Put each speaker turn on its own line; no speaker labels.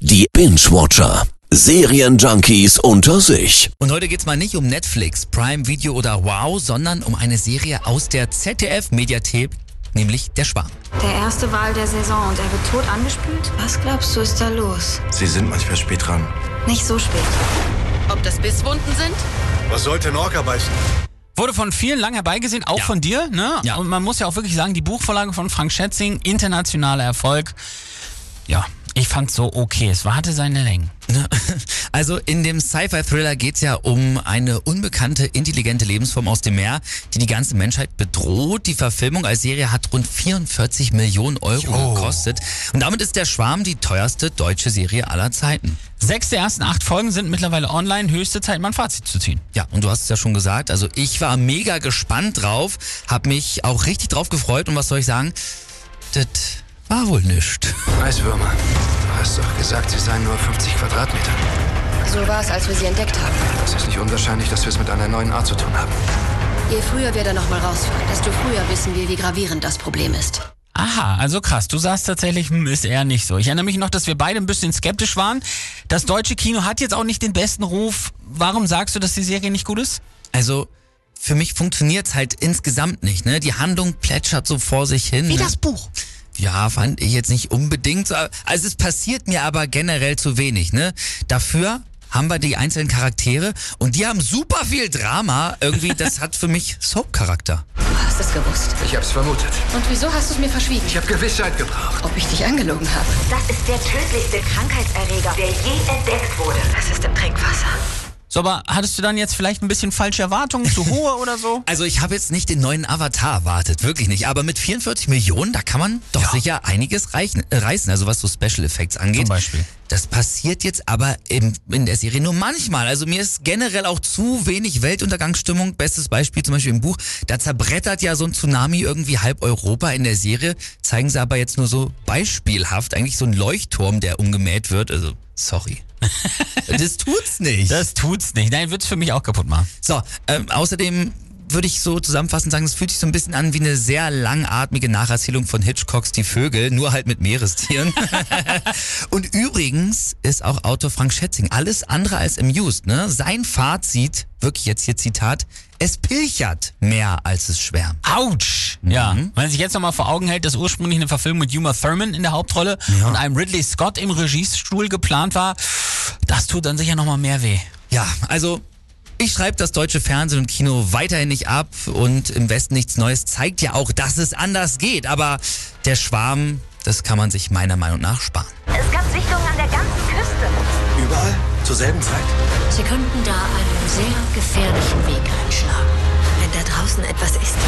Die Binge-Watcher. Serienjunkies unter sich.
Und heute geht's mal nicht um Netflix, Prime Video oder Wow, sondern um eine Serie aus der ZDF-Mediathek, nämlich Der Schwarm.
Der erste Wahl der Saison und er wird tot angespült? Was glaubst du, ist da los?
Sie sind manchmal spät dran.
Nicht so spät.
Ob das Bisswunden sind?
Was sollte ein Orca beißen?
Wurde von vielen lang herbeigesehen, auch
Ja.
von dir. Ne?
Ja.
Und man muss ja auch wirklich sagen, die Buchvorlage von Frank Schätzing, internationaler Erfolg. Ja, ich fand's so okay. Es war, hatte seine Längen.
Also in dem Sci-Fi-Thriller geht's ja um eine unbekannte, intelligente Lebensform aus dem Meer, die die ganze Menschheit bedroht. Die Verfilmung als Serie hat rund 44 Millionen Euro gekostet. Und damit ist Der Schwarm die teuerste deutsche Serie aller Zeiten.
Sechs der ersten acht Folgen sind mittlerweile online. Höchste Zeit, mal ein Fazit zu ziehen.
Ja, und du hast es ja schon gesagt, also ich war mega gespannt drauf, hab mich auch richtig drauf gefreut und was soll ich sagen? Das war wohl nischt.
Eiswürmer. Du hast doch gesagt, sie seien nur 50 Quadratmeter.
So war es, als wir sie entdeckt haben.
Es ist nicht unwahrscheinlich, dass wir es mit einer neuen Art zu tun haben.
Je früher wir da nochmal rausfahren, desto früher wissen wir, wie gravierend das Problem ist.
Aha, also krass. Du sagst tatsächlich, hm, ist eher nicht so. Ich erinnere mich noch, dass wir beide ein bisschen skeptisch waren. Das deutsche Kino hat jetzt auch nicht den besten Ruf. Warum sagst du, dass die Serie nicht gut ist?
Also für mich funktioniert's halt insgesamt nicht, ne? Die Handlung plätschert so vor sich hin. Wie ne?
Buch.
Ja, fand ich jetzt nicht unbedingt. so. Also es passiert mir aber generell zu wenig, ne? Dafür haben wir die einzelnen Charaktere und die haben super viel Drama. Irgendwie, das hat für mich Soap-Charakter.
Du hast es gewusst.
Ich hab's vermutet.
Und wieso hast du es mir verschwiegen?
Ich hab Gewissheit gebraucht.
Ob ich dich angelogen habe?
Das ist der tödlichste Krankheitserreger, der je entdeckt wurde.
Das ist im Trinkwasser.
So, aber hattest du dann jetzt vielleicht ein bisschen falsche Erwartungen, zu hohe oder so?
Also ich habe jetzt nicht den neuen Avatar erwartet, wirklich nicht. Aber mit 44 Millionen, da kann man doch sicher einiges reichen, äh, reißen, also was so Special Effects angeht.
Zum Beispiel.
Das passiert jetzt aber im, in der Serie nur manchmal. Also mir ist generell auch zu wenig Weltuntergangsstimmung. Bestes Beispiel zum Beispiel im Buch. Da zerbrettert ja so ein Tsunami irgendwie halb Europa in der Serie. Zeigen sie aber jetzt nur so beispielhaft eigentlich so einen Leuchtturm, der umgemäht wird. Also sorry. das tut's nicht.
Das tut's nicht. Nein, wird's für mich auch kaputt machen.
So, ähm, außerdem würde ich so zusammenfassend sagen, es fühlt sich so ein bisschen an wie eine sehr langatmige Nacherzählung von Hitchcocks Die Vögel, nur halt mit Meerestieren. Und übrigens ist auch Autor Frank Schätzing alles andere als amused, ne? Sein Fazit, wirklich jetzt hier Zitat, es pilchert mehr als es schwärmt.
Autsch! Ja. Wenn man sich jetzt nochmal vor Augen hält, dass ursprünglich eine Verfilmung mit Uma Thurman in der Hauptrolle und einem Ridley Scott im Regiestuhl geplant war, das tut dann sicher nochmal mehr weh.
Ja, also ich schreibe das deutsche Fernsehen und Kino weiterhin nicht ab und im Westen nichts Neues zeigt ja auch, dass es anders geht. Aber der Schwarm, das kann man sich meiner Meinung nach sparen.
Es gab Sichtungen an der ganzen Küste.
Überall? Zur selben Zeit?
Sie könnten da einen sehr gefährlichen Weg einschlagen. Wenn da draußen etwas ist,